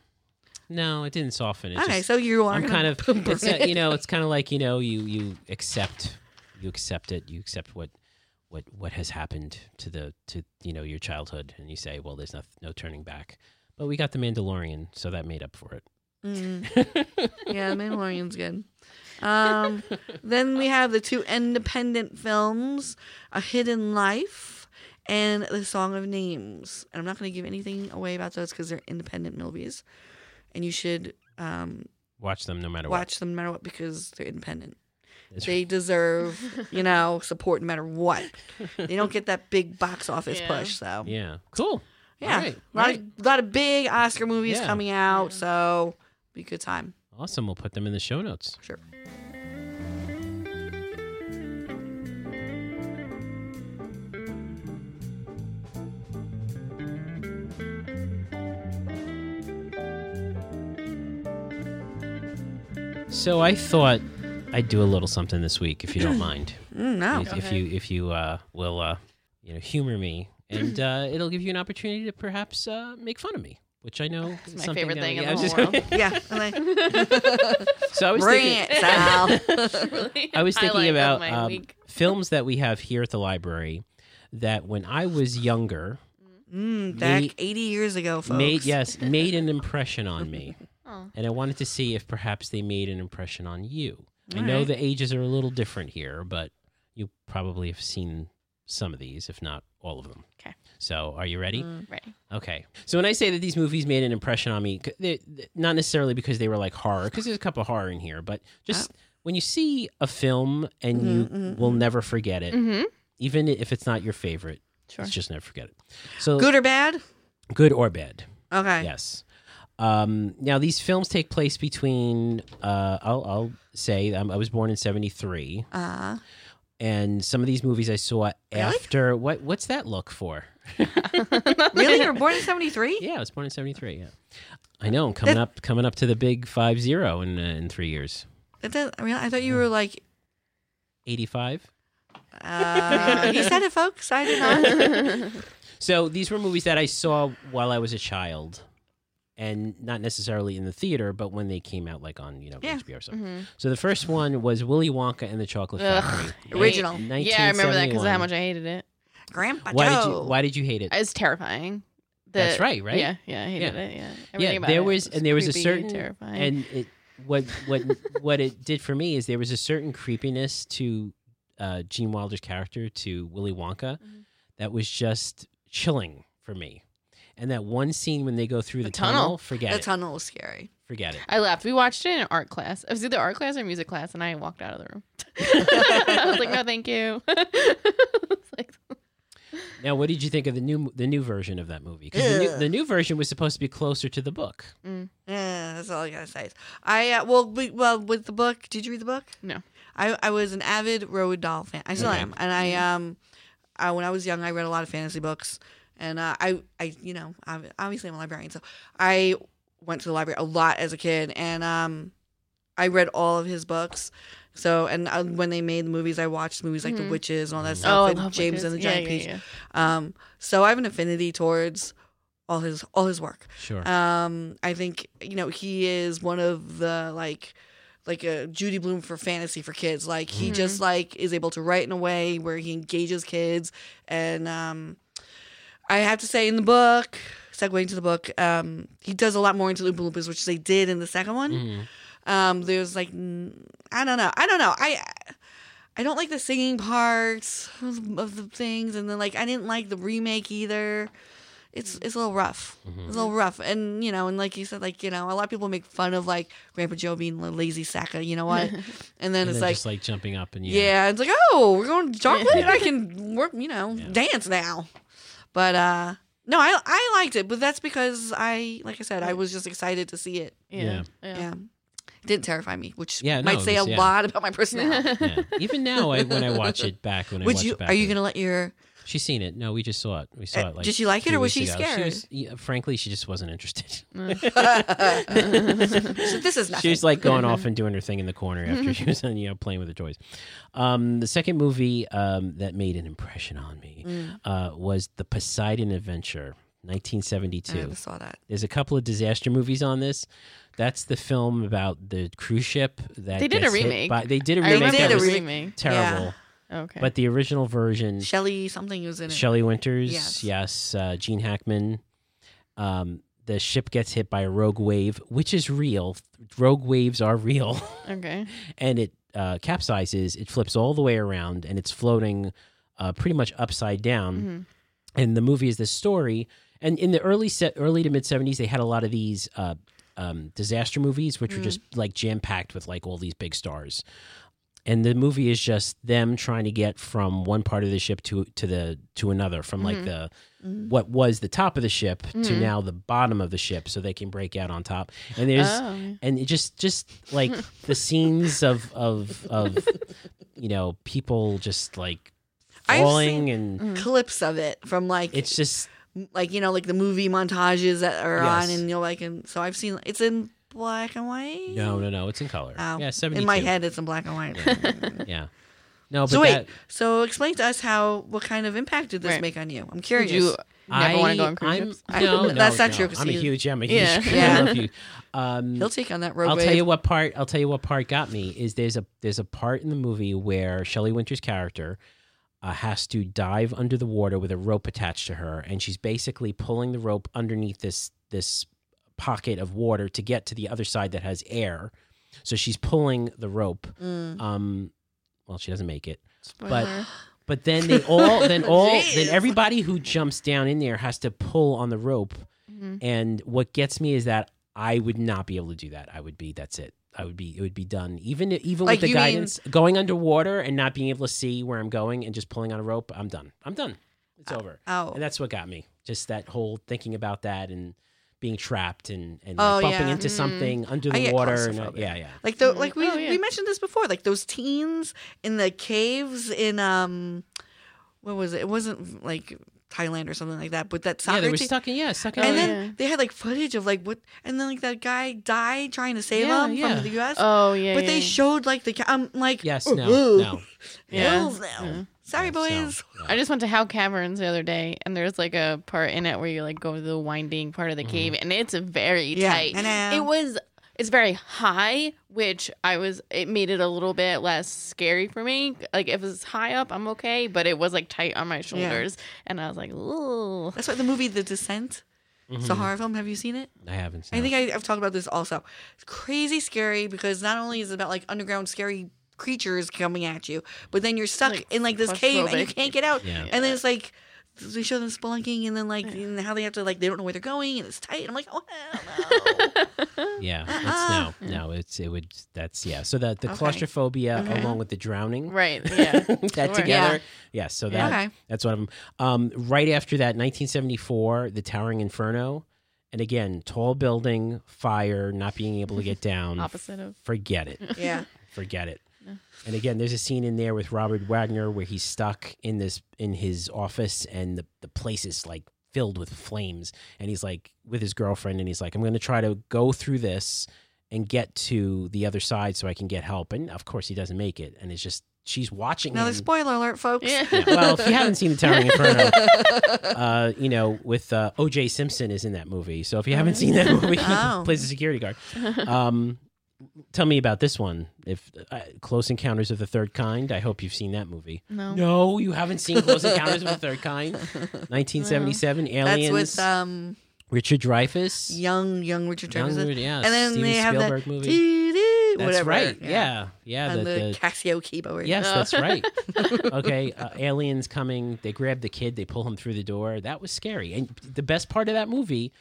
[SPEAKER 1] no, it didn't soften. It
[SPEAKER 3] okay,
[SPEAKER 1] just,
[SPEAKER 3] so you are
[SPEAKER 1] I'm
[SPEAKER 3] gonna
[SPEAKER 1] kind of
[SPEAKER 3] burn
[SPEAKER 1] it's
[SPEAKER 3] it.
[SPEAKER 1] a, you know it's kind of like you know you you accept you accept it you accept what what what has happened to the to you know your childhood and you say well there's no no turning back but we got the Mandalorian so that made up for it
[SPEAKER 3] Mm. yeah, The Mandalorian's good. Um, then we have the two independent films, A Hidden Life and The Song of Names. And I'm not going to give anything away about those because they're independent movies, and you should um,
[SPEAKER 1] watch them no matter
[SPEAKER 3] watch them no matter what because they're independent.
[SPEAKER 1] what It's-
[SPEAKER 3] They deserve, you know, support no matter what. They don't get that big box office
[SPEAKER 2] Yeah.
[SPEAKER 3] push. So
[SPEAKER 1] yeah cool
[SPEAKER 3] yeah,
[SPEAKER 1] All right.
[SPEAKER 3] a lot,
[SPEAKER 1] All right.
[SPEAKER 3] of, lot of big Oscar movies
[SPEAKER 1] Yeah.
[SPEAKER 3] coming out. So be a good time.
[SPEAKER 1] awesome we'll put them in the show notes
[SPEAKER 3] Sure.
[SPEAKER 1] so I thought I'd do a little something this week if you don't mind
[SPEAKER 3] Mm,
[SPEAKER 2] Oh,
[SPEAKER 3] no.
[SPEAKER 1] if, if you if you uh, will uh, you know humor me and uh, it'll give you an opportunity to perhaps uh, make fun of me which I know is
[SPEAKER 2] my
[SPEAKER 1] something
[SPEAKER 2] favorite
[SPEAKER 1] that-
[SPEAKER 2] thing in
[SPEAKER 1] yeah, I
[SPEAKER 2] the
[SPEAKER 1] was
[SPEAKER 2] whole
[SPEAKER 1] just-
[SPEAKER 2] world.
[SPEAKER 3] yeah. I'm like,
[SPEAKER 1] so I was thinking,
[SPEAKER 3] Rant, Sal.
[SPEAKER 2] Really
[SPEAKER 1] I was thinking
[SPEAKER 2] highlight of
[SPEAKER 1] about
[SPEAKER 2] my
[SPEAKER 1] um,
[SPEAKER 2] week.
[SPEAKER 1] films that we have here at the library that when I was younger
[SPEAKER 3] Mm, back
[SPEAKER 1] Made-
[SPEAKER 3] 80 years ago, folks.
[SPEAKER 1] made yes made an impression on me,
[SPEAKER 2] Oh.
[SPEAKER 1] and I wanted to see if perhaps they made an impression on you. I
[SPEAKER 3] All
[SPEAKER 1] know
[SPEAKER 3] right.
[SPEAKER 1] the ages are a little different here, but you probably have seen some of these, if not all of them.
[SPEAKER 2] 'Kay.
[SPEAKER 1] So, are you ready?
[SPEAKER 3] Mm,
[SPEAKER 2] Right.
[SPEAKER 1] Okay. So when I say that these movies made an impression on me, c- they, th- not necessarily because they were like horror, because there's a couple of horror in here, but
[SPEAKER 2] Oh.
[SPEAKER 1] just when you see a film and you
[SPEAKER 3] Mhm, mhm,
[SPEAKER 1] will never forget it,
[SPEAKER 2] Mm-hmm.
[SPEAKER 1] even if it's not your favorite,
[SPEAKER 3] Sure.
[SPEAKER 1] it's just never forget it. So good,
[SPEAKER 3] Good or bad?
[SPEAKER 1] or bad,
[SPEAKER 3] Okay.
[SPEAKER 1] yes. Um, now these films take place between. Uh, I'll, I'll say um, I was born in '73,
[SPEAKER 3] Uh,
[SPEAKER 1] and some of these movies I saw
[SPEAKER 3] Really?
[SPEAKER 1] after. What what's that look for?
[SPEAKER 3] really? You were born in 73?
[SPEAKER 1] Yeah, I was born in '73. Yeah, I know. I'm coming up, coming up to the big five zero in uh, in three years.
[SPEAKER 3] That does, I, mean, I thought you were like,
[SPEAKER 1] '85.
[SPEAKER 3] uh, he said it, folks. I did not.
[SPEAKER 2] Mm-hmm.
[SPEAKER 1] So these were movies that I saw while I was a child, and not necessarily in the theater, but when they came out like on you know
[SPEAKER 3] Yeah.
[SPEAKER 1] HBO or something.
[SPEAKER 2] Mhm.
[SPEAKER 1] So the first one was Willy Wonka and the Chocolate
[SPEAKER 2] Ugh,
[SPEAKER 1] Factory.
[SPEAKER 2] Right.
[SPEAKER 3] Original.
[SPEAKER 2] Yeah, I remember that because of how
[SPEAKER 1] 1971.
[SPEAKER 2] much I hated it.
[SPEAKER 3] Grandpa
[SPEAKER 1] Why did you
[SPEAKER 3] Joe.
[SPEAKER 1] Why did you hate it?
[SPEAKER 2] It's terrifying. The-
[SPEAKER 1] That's right, right?
[SPEAKER 2] Yeah, yeah, I hated
[SPEAKER 1] Yeah.
[SPEAKER 2] it. Yeah,
[SPEAKER 1] Yeah, there was- and there was a
[SPEAKER 2] creepy and
[SPEAKER 1] certain-
[SPEAKER 2] terrifying.
[SPEAKER 1] and it what what what it did for me is there was a certain creepiness to uh, Gene Wilder's character to Willy Wonka
[SPEAKER 2] Mhm.
[SPEAKER 1] that was just chilling for me. And that one scene when they go through the,
[SPEAKER 2] The tunnel.
[SPEAKER 1] forget
[SPEAKER 3] the
[SPEAKER 1] it,
[SPEAKER 3] tunnel was scary.
[SPEAKER 1] forget it.
[SPEAKER 2] I laughed. We watched it in art class. It was either art class or music class, and I walked out of the room. I was like, no, thank you. It's like,
[SPEAKER 1] Now, what did you think of the new the new version of that movie? Because the, new-
[SPEAKER 3] Ugh.
[SPEAKER 1] the new version was supposed to be closer to the book.
[SPEAKER 3] Yeah, Eh, that's all I gotta say. I uh, well, we, well, with the book. Did you read the book?
[SPEAKER 2] No.
[SPEAKER 3] I I was an avid Roald Dahl fan. I still
[SPEAKER 1] Okay.
[SPEAKER 3] am, and I um, I, when I was young, I read a lot of fantasy books, and uh, I I you know ob- obviously I'm a librarian, so I went to the library a lot as a kid, and um, I read all of his books. So and uh, when they made the movies, I watched movies like
[SPEAKER 2] Mhm.
[SPEAKER 3] The Witches and all that
[SPEAKER 1] Mhm.
[SPEAKER 2] oh,
[SPEAKER 3] stuff,
[SPEAKER 2] I
[SPEAKER 3] and
[SPEAKER 2] love
[SPEAKER 3] James
[SPEAKER 2] witches.
[SPEAKER 3] and the
[SPEAKER 2] Yeah,
[SPEAKER 3] Giant
[SPEAKER 2] yeah,
[SPEAKER 3] Peach.
[SPEAKER 2] yeah.
[SPEAKER 3] Um, so I have an affinity towards all his all his work.
[SPEAKER 1] Sure.
[SPEAKER 3] Um, I think you know he is one of the like, like a Judy Bloom for fantasy for kids. Like he
[SPEAKER 2] Mhm.
[SPEAKER 3] just like is able to write in a way where he engages kids, and um, I have to say in the book, segueing to the book, um, he does a lot more into Oompa Loompas, which they did in the second one.
[SPEAKER 1] Mhm.
[SPEAKER 3] Um, there's like, n- I don't know, I don't know, I. I don't like the singing parts of of the things, and then like I didn't like the remake either. It's it's a little rough.
[SPEAKER 1] Mhm.
[SPEAKER 3] It's a little rough, and you know, and like you said, like you know, a lot of people make fun of like Grandpa Joe being a lazy sack of you know what, and then
[SPEAKER 1] And
[SPEAKER 3] it's
[SPEAKER 1] then
[SPEAKER 3] like,
[SPEAKER 1] just like jumping up and
[SPEAKER 3] yeah.
[SPEAKER 1] yeah.
[SPEAKER 3] it's like oh, we're going to chocolate,
[SPEAKER 1] Yeah.
[SPEAKER 3] and I can work, you know,
[SPEAKER 1] Yeah.
[SPEAKER 3] dance now. But uh no, I I liked it, but that's because I, like I said, I was just excited to see it.
[SPEAKER 1] Yeah.
[SPEAKER 2] Yeah.
[SPEAKER 3] Yeah,
[SPEAKER 2] Yeah.
[SPEAKER 3] It didn't terrify me, which
[SPEAKER 1] Yeah, no,
[SPEAKER 3] might say
[SPEAKER 1] it
[SPEAKER 3] a
[SPEAKER 1] was- yeah.
[SPEAKER 3] lot about my personality.
[SPEAKER 2] Yeah.
[SPEAKER 1] Yeah. Even now, I, when I watch it back, when I
[SPEAKER 3] Would
[SPEAKER 1] watch
[SPEAKER 3] you?
[SPEAKER 1] it back,
[SPEAKER 3] Are you gonna let your?
[SPEAKER 1] She's seen it. No, we just saw it. We saw
[SPEAKER 3] Uh,
[SPEAKER 1] it. Like
[SPEAKER 3] did she like it
[SPEAKER 1] three
[SPEAKER 3] or was
[SPEAKER 1] weeks
[SPEAKER 3] she
[SPEAKER 1] ago.
[SPEAKER 3] scared?
[SPEAKER 1] was- yeah, frankly, she just wasn't interested.
[SPEAKER 3] So this is nothing.
[SPEAKER 1] She was like going off and doing her thing in the corner after she was you know playing with her toys. Um, the second movie um, that made an impression on me
[SPEAKER 3] Mm.
[SPEAKER 1] uh, was the Poseidon Adventure,
[SPEAKER 3] I
[SPEAKER 1] 1972.
[SPEAKER 3] never saw that.
[SPEAKER 1] There's a couple of disaster movies on this. That's the film about the cruise ship that
[SPEAKER 2] They did a
[SPEAKER 1] gets hit
[SPEAKER 2] remake.
[SPEAKER 1] by- they did a
[SPEAKER 2] I
[SPEAKER 1] remake.
[SPEAKER 2] remember
[SPEAKER 1] that
[SPEAKER 3] did a
[SPEAKER 1] was
[SPEAKER 3] remake.
[SPEAKER 2] remake.
[SPEAKER 1] terrible,
[SPEAKER 2] Okay.
[SPEAKER 1] but the original version
[SPEAKER 3] Shelly something was in it.
[SPEAKER 1] Shelley Winters, yes,
[SPEAKER 3] Yes.
[SPEAKER 1] uh, Gene Hackman. Um, the ship gets hit by a rogue wave, which is real. Rogue waves are real,
[SPEAKER 2] okay.
[SPEAKER 1] and it uh, capsizes. It flips all the way around, and it's floating uh, pretty much upside down.
[SPEAKER 2] Mhm.
[SPEAKER 1] And the movie is this story. And in the early set, early to mid seventies, they had a lot of these uh, um, disaster movies, which were
[SPEAKER 3] Mm.
[SPEAKER 1] just like jam packed with like all these big stars. And the movie is just them trying to get from one part of the ship to to the to another, from like
[SPEAKER 2] Mhm.
[SPEAKER 1] the
[SPEAKER 3] Mm.
[SPEAKER 1] what was the top of the ship to
[SPEAKER 2] Mhm.
[SPEAKER 1] now the bottom of the ship so they can break out on top and there's
[SPEAKER 2] Oh.
[SPEAKER 1] and it just just like the scenes of of of you know people just like
[SPEAKER 3] I've
[SPEAKER 1] falling
[SPEAKER 3] seen-
[SPEAKER 1] and
[SPEAKER 2] Mhm.
[SPEAKER 3] Clips of it from like
[SPEAKER 1] it's just
[SPEAKER 3] like you know like the movie montages that are on
[SPEAKER 1] Yes.
[SPEAKER 3] and you know like and so I've seen it's in black and white.
[SPEAKER 1] no no no it's in color
[SPEAKER 3] Oh,
[SPEAKER 1] yeah 72
[SPEAKER 3] in my head it's in black and white.
[SPEAKER 1] yeah no but
[SPEAKER 3] so wait,
[SPEAKER 1] that,
[SPEAKER 3] so explain to us how what kind of impact did this
[SPEAKER 2] Right.
[SPEAKER 3] make on you? I'm
[SPEAKER 2] Did
[SPEAKER 3] curious.
[SPEAKER 2] you
[SPEAKER 1] I,
[SPEAKER 2] never want to go on cruise
[SPEAKER 1] I'm,
[SPEAKER 2] ships?
[SPEAKER 1] no, no,
[SPEAKER 3] That's not
[SPEAKER 1] no.
[SPEAKER 3] true, 'cause
[SPEAKER 1] I'm a
[SPEAKER 3] you-
[SPEAKER 1] huge. I'm a huge.
[SPEAKER 2] Yeah.
[SPEAKER 1] I
[SPEAKER 3] Yeah.
[SPEAKER 1] love you. Um,
[SPEAKER 3] He'll take on that road
[SPEAKER 1] I'll
[SPEAKER 3] wave.
[SPEAKER 1] tell you what part. I'll tell you what part got me is there's a there's a part in the movie where Shelley Winter's character uh, has to dive under the water with a rope attached to her, and she's basically pulling the rope underneath this this pocket of water to get to the other side that has air. So she's pulling the rope.
[SPEAKER 3] Mm.
[SPEAKER 1] Um, well, she doesn't make it.
[SPEAKER 2] Spoiler.
[SPEAKER 1] But then they all then all then
[SPEAKER 3] Jeez.
[SPEAKER 1] everybody who jumps down in there has to pull on the rope
[SPEAKER 2] Mhm.
[SPEAKER 1] and what gets me is that I would not be able to do that. I would be that's it. I would be it would be done. Even even
[SPEAKER 3] Like,
[SPEAKER 1] with the
[SPEAKER 3] you mean-
[SPEAKER 1] guidance, going underwater and not being able to see where I'm going and just pulling on a rope, I'm done. I'm done. It's over.
[SPEAKER 3] Oh,
[SPEAKER 1] And that's what got me. Just that whole thinking about that and being trapped and and
[SPEAKER 3] Oh,
[SPEAKER 1] like, bumping
[SPEAKER 3] yeah.
[SPEAKER 1] into
[SPEAKER 2] Mm.
[SPEAKER 1] something under
[SPEAKER 3] I
[SPEAKER 1] the
[SPEAKER 3] get
[SPEAKER 1] water. And,
[SPEAKER 3] claustrophobic.
[SPEAKER 1] yeah, yeah.
[SPEAKER 3] like the
[SPEAKER 2] Mhm.
[SPEAKER 3] like we
[SPEAKER 2] Oh, yeah.
[SPEAKER 3] we mentioned this before, like those teens in the caves in um, what was it? It wasn't like Thailand or something like that, but that soccer
[SPEAKER 1] yeah, they were
[SPEAKER 3] team-
[SPEAKER 1] stuck in yeah, stuck in
[SPEAKER 2] Oh,
[SPEAKER 3] and
[SPEAKER 1] yeah.
[SPEAKER 3] then they had like footage of like what, and then like that guy died trying to save
[SPEAKER 1] Yeah,
[SPEAKER 3] him
[SPEAKER 1] yeah.
[SPEAKER 3] from the U.S.
[SPEAKER 2] Oh yeah.
[SPEAKER 3] but
[SPEAKER 2] yeah,
[SPEAKER 3] they
[SPEAKER 2] yeah.
[SPEAKER 3] showed like the ca- I'm like
[SPEAKER 1] Yes, no, no.
[SPEAKER 2] Yeah.
[SPEAKER 3] girls now.
[SPEAKER 2] Yeah.
[SPEAKER 3] Sorry,
[SPEAKER 1] So,
[SPEAKER 3] boys.
[SPEAKER 1] yeah.
[SPEAKER 2] I just went to How Caverns the other day, and there's like a part in it where you like go to the winding part of
[SPEAKER 1] Mm-hmm.
[SPEAKER 2] the cave, and it's very
[SPEAKER 3] Yeah, uh,
[SPEAKER 2] tight.
[SPEAKER 3] I know.
[SPEAKER 2] It was. It's very high, which I was. It made it a little bit less scary for me. Like if it's high up, I'm okay, but it was like tight on my shoulders, and I was like, "Ooh,
[SPEAKER 3] That's why the movie The Descent.
[SPEAKER 1] Mm-hmm.
[SPEAKER 3] It's a horror film. Have you seen it?
[SPEAKER 1] I haven't seen
[SPEAKER 3] I think I, I've talked about this also. It's crazy scary because not only is it about like underground scary creatures coming at you, but then you're stuck
[SPEAKER 2] Like,
[SPEAKER 3] in like this cave and you
[SPEAKER 2] claustrophobic.
[SPEAKER 3] can't get out.
[SPEAKER 1] Yeah.
[SPEAKER 3] And then it's like they show them spelunking and then like and how they have to like they don't know where they're going and it's tight. I'm like, oh hell no.
[SPEAKER 1] Yeah,
[SPEAKER 3] Uh-uh.
[SPEAKER 1] it's no, no, it's it would that's yeah. So that the
[SPEAKER 3] Okay.
[SPEAKER 1] claustrophobia
[SPEAKER 3] Okay.
[SPEAKER 1] along with the drowning,
[SPEAKER 2] right, yeah."
[SPEAKER 1] that
[SPEAKER 2] Sure.
[SPEAKER 1] together, yeah.
[SPEAKER 3] Yeah.
[SPEAKER 1] so that
[SPEAKER 3] okay.
[SPEAKER 1] that's one of them. Um, right after that, 1974, the Towering Inferno, and again, tall building, fire, not being able to get down.
[SPEAKER 2] Opposite of-
[SPEAKER 1] forget it,
[SPEAKER 3] Yeah.
[SPEAKER 1] forget it. And again, there's a scene in there with Robert Wagner where he's stuck in this in his office, and the the place is like filled with flames, and he's like with his girlfriend, and he's like, "I'm going to try to go through this and get to the other side so I can get help." And of course, he doesn't make it, and it's just she's watching.
[SPEAKER 3] Another
[SPEAKER 1] him.
[SPEAKER 3] spoiler alert, folks.
[SPEAKER 2] Yeah.
[SPEAKER 1] Yeah, well, if you haven't seen The Towering Inferno, uh, you know, with uh, O.J. Simpson is in that movie. So if you haven't seen that movie, he
[SPEAKER 3] Oh.
[SPEAKER 1] plays a security guard. Um, tell me about this one. If uh, Close Encounters of the Third Kind, I hope you've seen that movie.
[SPEAKER 2] No.
[SPEAKER 1] No, you haven't seen Close Encounters of the Third Kind. 1977,
[SPEAKER 3] That's
[SPEAKER 1] Aliens.
[SPEAKER 3] with um
[SPEAKER 1] Richard Dreyfuss.
[SPEAKER 3] young young Richard
[SPEAKER 1] Young
[SPEAKER 3] Jefferson.
[SPEAKER 1] Richard- yeah,
[SPEAKER 3] and then
[SPEAKER 1] Steven
[SPEAKER 3] they have
[SPEAKER 1] Spielberg
[SPEAKER 3] that
[SPEAKER 1] movie.
[SPEAKER 3] doo-doo,
[SPEAKER 1] That's
[SPEAKER 3] whatever.
[SPEAKER 1] right. Yeah, yeah.
[SPEAKER 3] And
[SPEAKER 1] the-
[SPEAKER 3] the,
[SPEAKER 1] the-
[SPEAKER 3] Casio keyboard.
[SPEAKER 1] Yes,
[SPEAKER 2] Oh.
[SPEAKER 1] that's right. okay, uh, aliens coming. They grab the kid. They pull him through the door. That was scary. And the best part of that movie,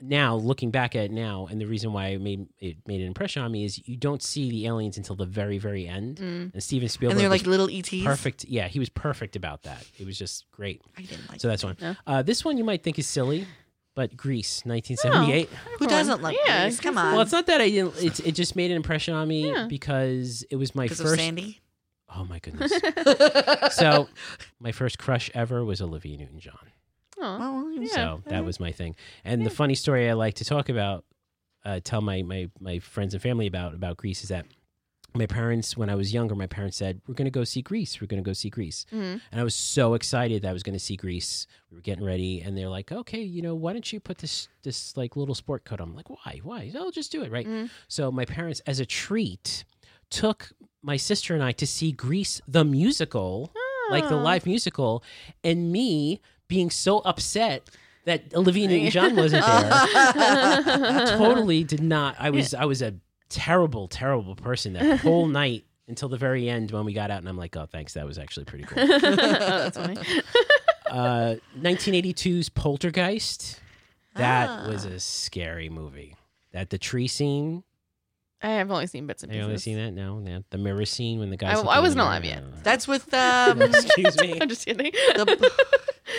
[SPEAKER 1] now looking back at it now, and the reason why it made it made an impression on me is you don't see the aliens until the very very end.
[SPEAKER 2] Mm.
[SPEAKER 1] And Steven Spielberg
[SPEAKER 3] And they're like
[SPEAKER 1] was
[SPEAKER 3] little E ETs.
[SPEAKER 1] perfect. Yeah, he was perfect about that. It was just great.
[SPEAKER 3] I didn't like
[SPEAKER 1] So that's one.
[SPEAKER 2] Yeah.
[SPEAKER 1] Uh, this one you might think is silly, but Greece, 1978.
[SPEAKER 3] Who doesn't like
[SPEAKER 2] Yeah,
[SPEAKER 3] these? Come
[SPEAKER 2] who's-
[SPEAKER 3] on.
[SPEAKER 1] Well, it's not that I didn't. It's, it just made an impression on me
[SPEAKER 2] Yeah.
[SPEAKER 1] because it was my
[SPEAKER 3] because of
[SPEAKER 1] first.
[SPEAKER 3] Sandy.
[SPEAKER 1] Oh my goodness. so my first crush ever was Olivia Newton John.
[SPEAKER 2] Aw.
[SPEAKER 3] Well,
[SPEAKER 2] Yeah.
[SPEAKER 1] so that
[SPEAKER 2] mhm.
[SPEAKER 1] was my thing. And the funny story I like to talk about, uh, tell my, my, my friends and family about about Greece is that my parents, when I was younger, my parents said, We're gonna go see Greece. We're gonna go see Greece.
[SPEAKER 2] Mhm.
[SPEAKER 1] And I was so excited that I was gonna see Greece. We were getting ready and they're like, Okay, you know, why don't you put this this like little sport coat on? I'm like, why? Why? No, just do it, right?
[SPEAKER 2] Mm.
[SPEAKER 1] So my parents, as a treat, took my sister and I to see Grease the musical, like the
[SPEAKER 2] Oh.
[SPEAKER 1] live musical, and me being so upset that Olivia Newton John wasn't there. totally did not. I was I was a terrible, terrible person that whole night until the very end when we got out, and I'm like, oh, thanks, that was actually pretty cool.
[SPEAKER 2] oh, that's funny.
[SPEAKER 1] Uh, 1982's Poltergeist. That was
[SPEAKER 3] Ah.
[SPEAKER 1] a scary movie. That the tree scene.
[SPEAKER 2] I have only seen bits and
[SPEAKER 1] Have
[SPEAKER 2] pieces.
[SPEAKER 1] you only seen that? No, no. The mirror scene when the guy.
[SPEAKER 2] I- I wasn't alive yet.
[SPEAKER 3] That's with um,
[SPEAKER 1] Excuse me.
[SPEAKER 2] I'm just kidding.
[SPEAKER 3] the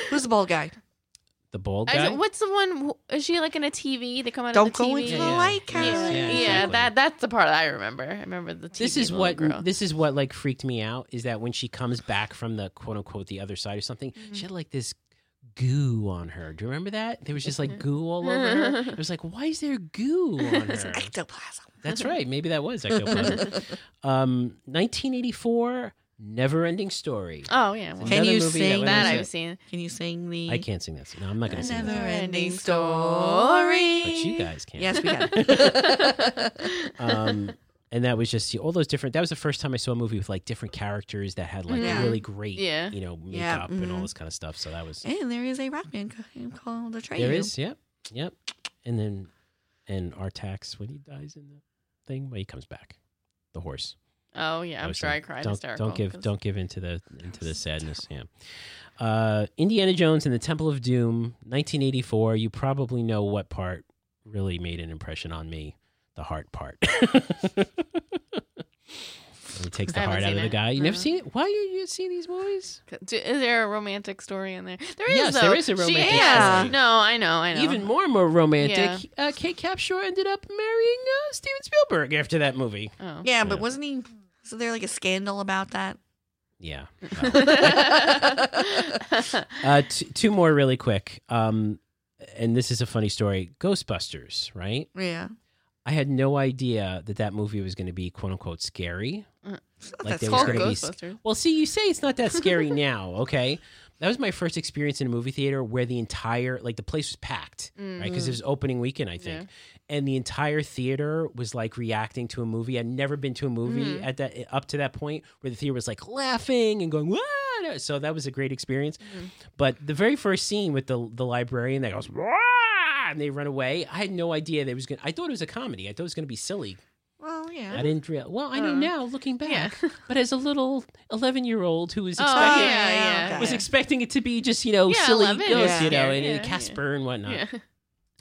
[SPEAKER 3] who's the bald guy?
[SPEAKER 1] The bald
[SPEAKER 2] I
[SPEAKER 1] guy.
[SPEAKER 2] said, what's the one? wh- Is she like in a TV? They come out
[SPEAKER 3] Don't
[SPEAKER 2] of the
[SPEAKER 3] go
[SPEAKER 2] TV.
[SPEAKER 3] into the
[SPEAKER 1] Yeah,
[SPEAKER 3] light,
[SPEAKER 1] yeah,
[SPEAKER 3] Carly.
[SPEAKER 2] yeah,
[SPEAKER 1] yeah,
[SPEAKER 2] yeah,
[SPEAKER 1] exactly.
[SPEAKER 2] that that's the part I remember. I remember the TV.
[SPEAKER 1] this is
[SPEAKER 2] little
[SPEAKER 1] what
[SPEAKER 2] girl.
[SPEAKER 1] this is what like freaked me out is that when she comes back from the quote unquote the other side or something, she
[SPEAKER 2] Mm-hmm.
[SPEAKER 1] had like this goo on her. Do you remember that? There was just
[SPEAKER 2] Mm-hmm.
[SPEAKER 1] like goo all over her. It was like, why is there goo on her?
[SPEAKER 3] Ectoplasm.
[SPEAKER 1] That's right. Maybe that was ectoplasm. um, 1984, never ending story.
[SPEAKER 2] Oh yeah, well,
[SPEAKER 3] Ah, Can
[SPEAKER 1] Another
[SPEAKER 3] you
[SPEAKER 1] movie that
[SPEAKER 3] sing
[SPEAKER 1] when I
[SPEAKER 2] that
[SPEAKER 1] was
[SPEAKER 2] I've
[SPEAKER 1] a-
[SPEAKER 2] seen.
[SPEAKER 3] Can you sing the?
[SPEAKER 1] I can't sing this. No, I'm not going to sing that.
[SPEAKER 2] Never
[SPEAKER 3] never-ending
[SPEAKER 2] ending
[SPEAKER 3] story.
[SPEAKER 1] But you guys can.
[SPEAKER 3] Yes, we can.
[SPEAKER 1] um, and that was just all those different. That was the first time I saw a movie with like different characters that had like
[SPEAKER 2] Yeah.
[SPEAKER 1] really great,
[SPEAKER 2] Yeah.
[SPEAKER 1] you know, makeup
[SPEAKER 3] Yeah,
[SPEAKER 1] and all
[SPEAKER 3] mhm.
[SPEAKER 1] this kind of stuff. So that was
[SPEAKER 3] and there is a rock band ca- called the Train.
[SPEAKER 1] there is, yep, yep. And then and Artax when he dies in the thing, but he comes back. The horse.
[SPEAKER 2] Oh yeah,
[SPEAKER 1] I
[SPEAKER 2] I'm
[SPEAKER 1] was
[SPEAKER 2] sure I
[SPEAKER 1] saying,
[SPEAKER 2] cried
[SPEAKER 1] Don't,
[SPEAKER 2] hysterical.
[SPEAKER 1] don't give
[SPEAKER 2] 'cause-
[SPEAKER 1] don't give into the into the sadness. Yeah. Uh, Indiana Jones and the Temple of Doom, 1984. You probably know what part really made an impression on me. The heart part. he takes the heart out of the
[SPEAKER 2] I haven't seen it. Uh-huh.
[SPEAKER 1] guy. You never
[SPEAKER 2] No.
[SPEAKER 1] seen it? Why you you see these movies?
[SPEAKER 2] Do- Is there a romantic story in there? There is.
[SPEAKER 1] Yes,
[SPEAKER 2] though.
[SPEAKER 1] there is a
[SPEAKER 2] She-
[SPEAKER 1] romantic
[SPEAKER 2] yeah.
[SPEAKER 1] story.
[SPEAKER 2] No, I know. I know.
[SPEAKER 1] Even more and more romantic. Uh, Kate Capshaw ended up marrying uh, Steven Spielberg after that movie.
[SPEAKER 2] Oh.
[SPEAKER 3] Yeah, but
[SPEAKER 1] Yeah.
[SPEAKER 3] wasn't he? So there like a scandal about that?
[SPEAKER 1] Yeah. Wow. uh, t- two more really quick. Um, and this is a funny story. Ghostbusters, right?
[SPEAKER 3] Yeah.
[SPEAKER 1] I had no idea that that movie was going to be quote unquote scary.
[SPEAKER 3] It's not
[SPEAKER 1] Like
[SPEAKER 3] that
[SPEAKER 1] they
[SPEAKER 2] Call
[SPEAKER 1] was
[SPEAKER 3] scary.
[SPEAKER 1] gonna be s-
[SPEAKER 2] Ghostbusters.
[SPEAKER 1] Well, see, you say it's not that scary now, okay? That was my first experience in a movie theater where the entire like the place was packed, right?
[SPEAKER 2] Mm-hmm.
[SPEAKER 1] Because it was opening weekend, I
[SPEAKER 2] Mm,
[SPEAKER 1] think, and the entire theater was like reacting to a movie. I'd never been to a movie at that eh, up to that point where the theater was like laughing and going what? So that was a great experience. But the very first scene with the the librarian that goes "Wah!" and they run away, I had no idea they was gonna. I thought it was a comedy. I thought it was gonna be silly
[SPEAKER 3] Well, yeah. Uh-huh.
[SPEAKER 1] I didn't real. Well, I know
[SPEAKER 2] Uh,
[SPEAKER 1] now, looking back.
[SPEAKER 2] yeah.
[SPEAKER 1] But as a little eleven-year-old who was
[SPEAKER 2] Oh,
[SPEAKER 1] expecting,
[SPEAKER 2] yeah,
[SPEAKER 3] yeah,
[SPEAKER 2] yeah.
[SPEAKER 3] okay.
[SPEAKER 1] was expecting it to be just you know
[SPEAKER 2] Yeah,
[SPEAKER 1] silly
[SPEAKER 2] 11
[SPEAKER 1] ghosts,
[SPEAKER 3] is
[SPEAKER 1] you know,
[SPEAKER 2] scary.
[SPEAKER 1] and, and
[SPEAKER 2] Yeah,
[SPEAKER 1] Casper and whatnot.
[SPEAKER 2] yeah.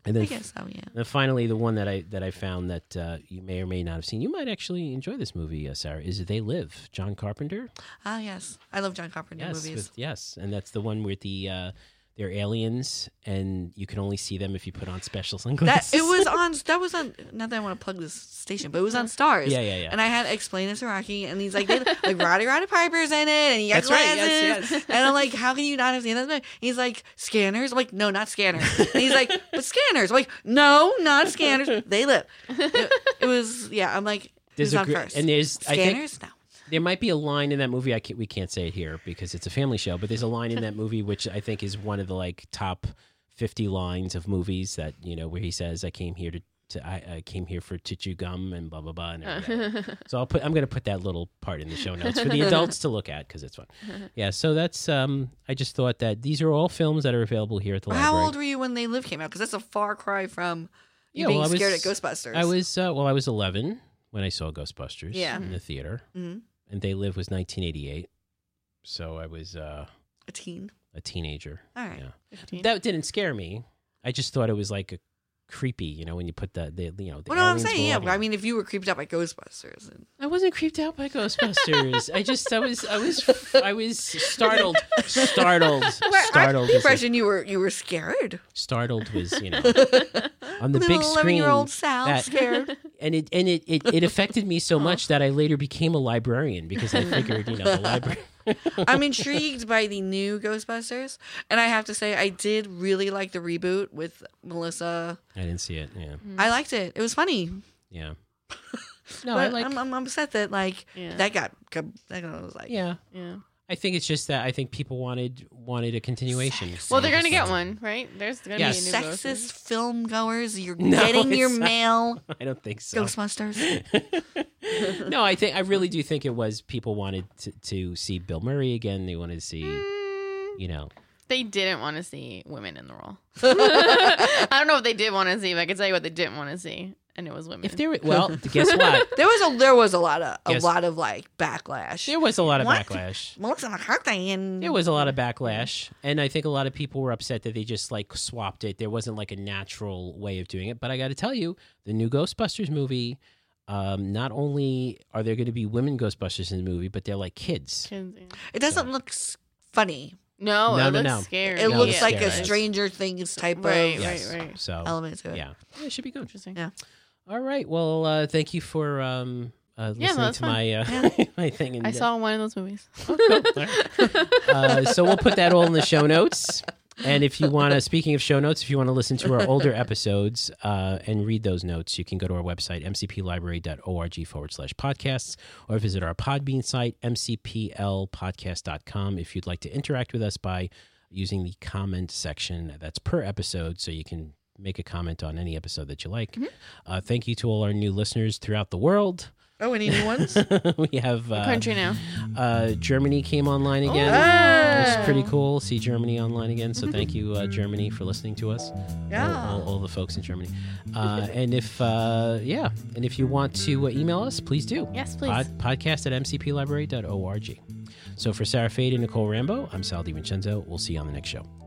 [SPEAKER 1] And
[SPEAKER 3] I
[SPEAKER 1] then,
[SPEAKER 3] guess so. Yeah.
[SPEAKER 1] then finally, the one that I that I found that uh, you may or may not have seen, you might actually enjoy this movie, uh, Sarah. Is They Live, John Carpenter?
[SPEAKER 3] Ah, yes. I love John Carpenter
[SPEAKER 1] yes,
[SPEAKER 3] movies.
[SPEAKER 1] with- yes, and that's the one with the. Uh, they're aliens, and you can only see them if you put on special
[SPEAKER 3] That
[SPEAKER 1] sunglasses.
[SPEAKER 3] it was on. That was on. Not that I want to plug this station, but it was on Stars.
[SPEAKER 1] Yeah, yeah, yeah.
[SPEAKER 3] And I had explained it to Rocky, and he's like, they, like Roddy Roddy Piper's in it, and he got
[SPEAKER 1] That's right, yes,
[SPEAKER 3] glasses.
[SPEAKER 1] yes.
[SPEAKER 3] And I'm like, how can you not have seen this? movie? He's like, scanners. I'm like, no, not scanners. And he's like, but scanners. I'm like, no, not scanners. They live. It, it was yeah. I'm like,
[SPEAKER 1] There's
[SPEAKER 3] who's
[SPEAKER 1] a
[SPEAKER 3] on
[SPEAKER 1] gr-
[SPEAKER 3] first?
[SPEAKER 1] and there's I think
[SPEAKER 3] scanners. No.
[SPEAKER 1] There might be a line in that movie. I can't, we can't say it here because it's a family show. But there's a line in that movie which I think is one of the like top fifty lines of movies that you know where he says, "I came here to, to I, I came here for to chew gum and blah blah blah." And
[SPEAKER 3] Uh-huh.
[SPEAKER 1] everything. so I'll put I'm going to put that little part in the show notes for the adults to look at because it's fun.
[SPEAKER 3] Uh-huh.
[SPEAKER 1] Yeah. So that's um. I just thought that these are all films that are available here at the
[SPEAKER 3] How
[SPEAKER 1] library.
[SPEAKER 3] old were you when They Live came out? Because that's a far cry from you
[SPEAKER 1] Yeah,
[SPEAKER 3] being
[SPEAKER 1] well, I was-
[SPEAKER 3] scared at Ghostbusters.
[SPEAKER 1] I was uh, well, I was 11 when I saw Ghostbusters
[SPEAKER 3] Yeah.
[SPEAKER 1] in the theater,
[SPEAKER 3] Mhm.
[SPEAKER 1] and They Live was 1988. So I was. uh
[SPEAKER 3] a teen.
[SPEAKER 1] a teenager.
[SPEAKER 3] All right.
[SPEAKER 1] Yeah.
[SPEAKER 2] 15.
[SPEAKER 1] That didn't scare me. I just thought it was like a creepy, you know, when you put the, the you know, the
[SPEAKER 3] Well, no, I'm
[SPEAKER 1] aliens
[SPEAKER 3] saying,
[SPEAKER 1] were
[SPEAKER 3] yeah.
[SPEAKER 1] all
[SPEAKER 3] but I mean, if you were creeped out by Ghostbusters, and
[SPEAKER 1] I wasn't creeped out by Ghostbusters. I just I was I was I was startled startled startled is
[SPEAKER 3] the
[SPEAKER 1] like-
[SPEAKER 3] impression you were you were scared.
[SPEAKER 1] startled was, you know, on the
[SPEAKER 3] Little
[SPEAKER 1] big
[SPEAKER 3] eleven
[SPEAKER 1] screen
[SPEAKER 3] year old Sal
[SPEAKER 1] that-
[SPEAKER 3] scared.
[SPEAKER 1] and it and it, it, it affected me so much that I later became a librarian because I figured, you know, the library
[SPEAKER 3] I'm intrigued by the new Ghostbusters, and I have to say, I did really like the reboot with Melissa.
[SPEAKER 1] I didn't see it. Yeah.
[SPEAKER 3] I liked it. It was funny.
[SPEAKER 1] Yeah. No, I
[SPEAKER 3] but
[SPEAKER 1] like
[SPEAKER 3] I'm, I'm upset that like
[SPEAKER 2] Yeah.
[SPEAKER 3] that got got- that got- I was like
[SPEAKER 1] Yeah.
[SPEAKER 2] yeah.
[SPEAKER 1] I think it's just that I think people wanted wanted a continuation.
[SPEAKER 2] Well, they're gonna get one, right? There's gonna
[SPEAKER 1] Yeah.
[SPEAKER 2] be a new
[SPEAKER 3] sexist
[SPEAKER 2] Ghostbusters.
[SPEAKER 3] film goers. You're
[SPEAKER 1] No,
[SPEAKER 3] getting your
[SPEAKER 1] it's not.
[SPEAKER 3] mail.
[SPEAKER 1] I don't think so.
[SPEAKER 3] Ghostbusters.
[SPEAKER 1] no, I think I really do think it was people wanted to, to see Bill Murray again. They wanted to see,
[SPEAKER 2] Mm.
[SPEAKER 1] you know,
[SPEAKER 2] They didn't want to see women in the role. I don't know if they did want to see, but I can tell you what they didn't want to see, and it was women.
[SPEAKER 1] if there were. Well, guess what?
[SPEAKER 3] There was a there was a lot of a
[SPEAKER 1] Yes.
[SPEAKER 3] lot of like backlash.
[SPEAKER 1] There was a lot of
[SPEAKER 3] What?
[SPEAKER 1] backlash.
[SPEAKER 3] Melissa McCarthy and
[SPEAKER 1] There was a lot of
[SPEAKER 2] Mm-hmm.
[SPEAKER 1] backlash, and I think a lot of people were upset that they just like swapped it. There wasn't like a natural way of doing it. But I got to tell you, the new Ghostbusters movie. Um, not only are there going to be women Ghostbusters in the movie, but they're like kids.
[SPEAKER 2] Kids, yeah.
[SPEAKER 3] It doesn't look s- funny.
[SPEAKER 2] no,
[SPEAKER 1] No, no,
[SPEAKER 2] it looks
[SPEAKER 1] no.
[SPEAKER 2] scary.
[SPEAKER 3] It
[SPEAKER 1] No,
[SPEAKER 3] looks
[SPEAKER 1] it's
[SPEAKER 3] like a
[SPEAKER 1] scary.
[SPEAKER 3] Stranger Things type
[SPEAKER 2] Right,
[SPEAKER 3] of
[SPEAKER 2] right.
[SPEAKER 1] So
[SPEAKER 3] element to it.
[SPEAKER 1] yeah, yeah, it should be good.
[SPEAKER 2] Interesting.
[SPEAKER 3] Yeah.
[SPEAKER 1] All right. Well, uh, thank you for um, uh,
[SPEAKER 2] Yeah,
[SPEAKER 1] listening
[SPEAKER 2] no, that's
[SPEAKER 1] to my uh, my thing. And,
[SPEAKER 2] I saw one of those movies.
[SPEAKER 1] Uh, so we'll put that all in the show notes. And if you want to, speaking of show notes, if you want to listen to our older episodes uh, and read those notes, you can go to our website, mcplibrary.org forward slash podcasts, or visit our Podbean site, mcplpodcast.com, if you'd like to interact with us by using the comment section that's per episode. So you can make a comment on any episode that you like. Uh, thank you to all our new listeners throughout the world.
[SPEAKER 3] Oh, any new ones?
[SPEAKER 1] we have uh,
[SPEAKER 2] Country now.
[SPEAKER 1] uh, Germany came online again.
[SPEAKER 2] Oh,
[SPEAKER 1] It was pretty cool. See Germany online again. So thank you, uh, Germany, for listening to us. All,
[SPEAKER 3] yeah.
[SPEAKER 1] all, all the folks in Germany. Uh, and if uh, yeah, and if you want to uh, email us, please do.
[SPEAKER 2] Yes, please.
[SPEAKER 1] Pod- podcast at mcplibrary.org. So for Sarah Fade and Nicole Rambo, I'm Sal DiVincenzo. We'll see you on the next show.